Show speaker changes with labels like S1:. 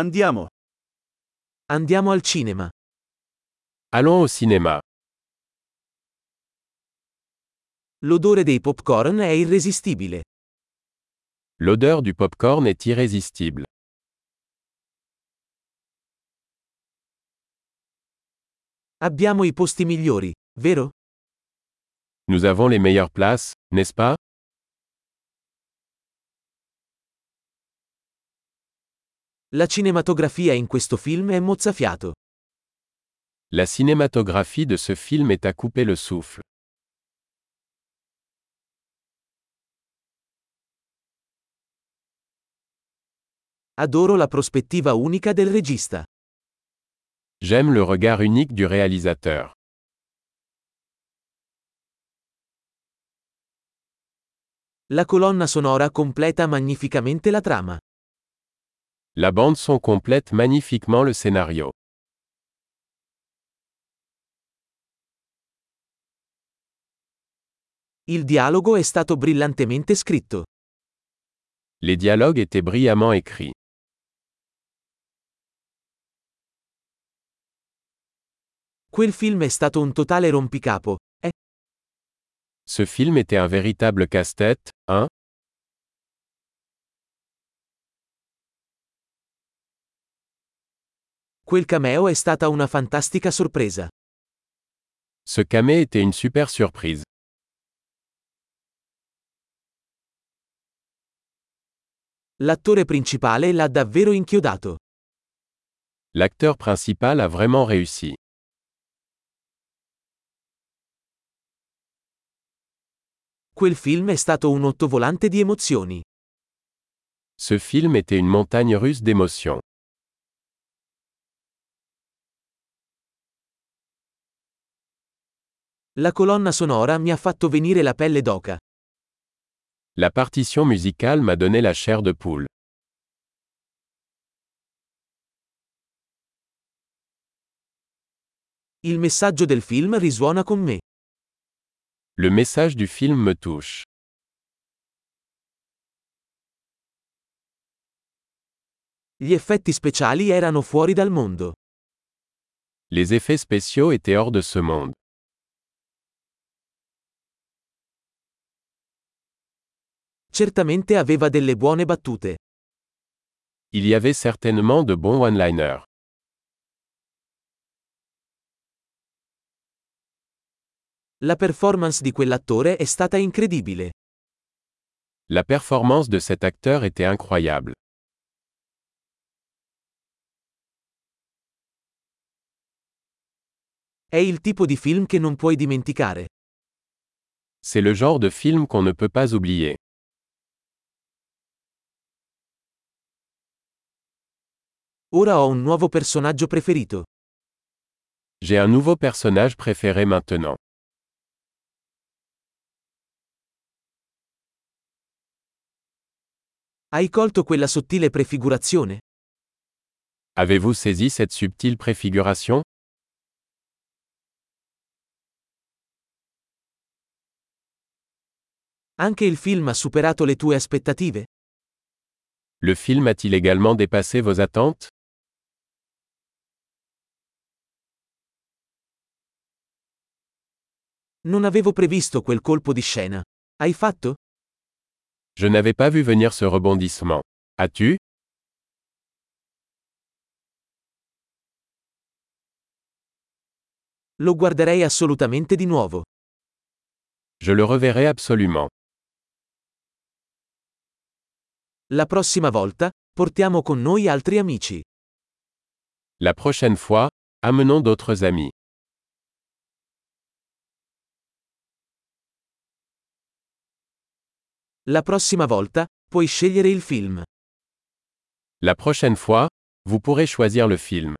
S1: Andiamo.
S2: Andiamo al cinema.
S3: Allons au cinéma.
S2: L'odore dei popcorn è irresistibile.
S3: L'odeur du popcorn est irrésistible.
S2: Abbiamo i posti migliori, vero?
S3: Nous avons les meilleures places, n'est-ce pas
S2: La cinematografia in questo film è mozzafiato.
S3: La cinématographie de ce film est à couper le souffle.
S2: Adoro la prospettiva unica del regista.
S3: J'aime le regard unique du réalisateur.
S2: La colonna sonora completa magnificamente la trama.
S3: La bande son complète magnifiquement le scénario.
S2: Il dialogo è stato brillantemente scritto.
S3: Les dialogues étaient brillamment écrits.
S2: Quel film è stato un totale rompicapo. Eh,
S3: Ce film était un véritable casse-tête, hein
S2: quel cameo è stata una fantastica sorpresa.
S3: Ce camé était une super surprise.
S2: L'attore principale l'ha davvero inchiodato.
S3: L'acteur principal a vraiment réussi.
S2: Quel film è stato un ottovolante di emozioni.
S3: Ce film était une montagne russe d'émotions.
S2: La colonna sonora mi ha fatto venire la pelle d'oca.
S3: La partition musicale m'a donné la chair de poule.
S2: Il messaggio del film risuona con me.
S3: Le message du film me touche.
S2: Gli effetti speciali erano fuori dal mondo.
S3: Les effets spéciaux étaient hors de ce monde.
S2: Certamente aveva delle buone battute.
S3: Il y avait certainement de bons one-liners.
S2: La performance di quell'attore è stata incredibile.
S3: La performance de cet acteur était incroyable.
S2: È il tipo di film che non puoi dimenticare.
S3: C'est le genre de film qu'on ne peut pas oublier.
S2: Ora ho un nuovo personaggio preferito.
S3: J'ai un nouveau personnage préféré maintenant.
S2: Hai colto quella sottile prefigurazione?
S3: Avez-vous saisi cette subtile préfiguration
S2: Anche il film ha superato le tue aspettative?
S3: Le film a-t-il également dépassé vos attentes
S2: Non avevo previsto quel colpo di scena. Hai fatto?
S3: Je n'avais pas vu venir ce rebondissement. As-tu
S2: Lo guarderei assolutamente di nuovo.
S3: Je le reverrai absolument.
S2: La prossima volta, portiamo con noi altri amici.
S3: La prochaine fois, amenons d'autres amis.
S2: La prossima volta, puoi scegliere il film.
S3: La prochaine fois, vous pourrez choisir le film.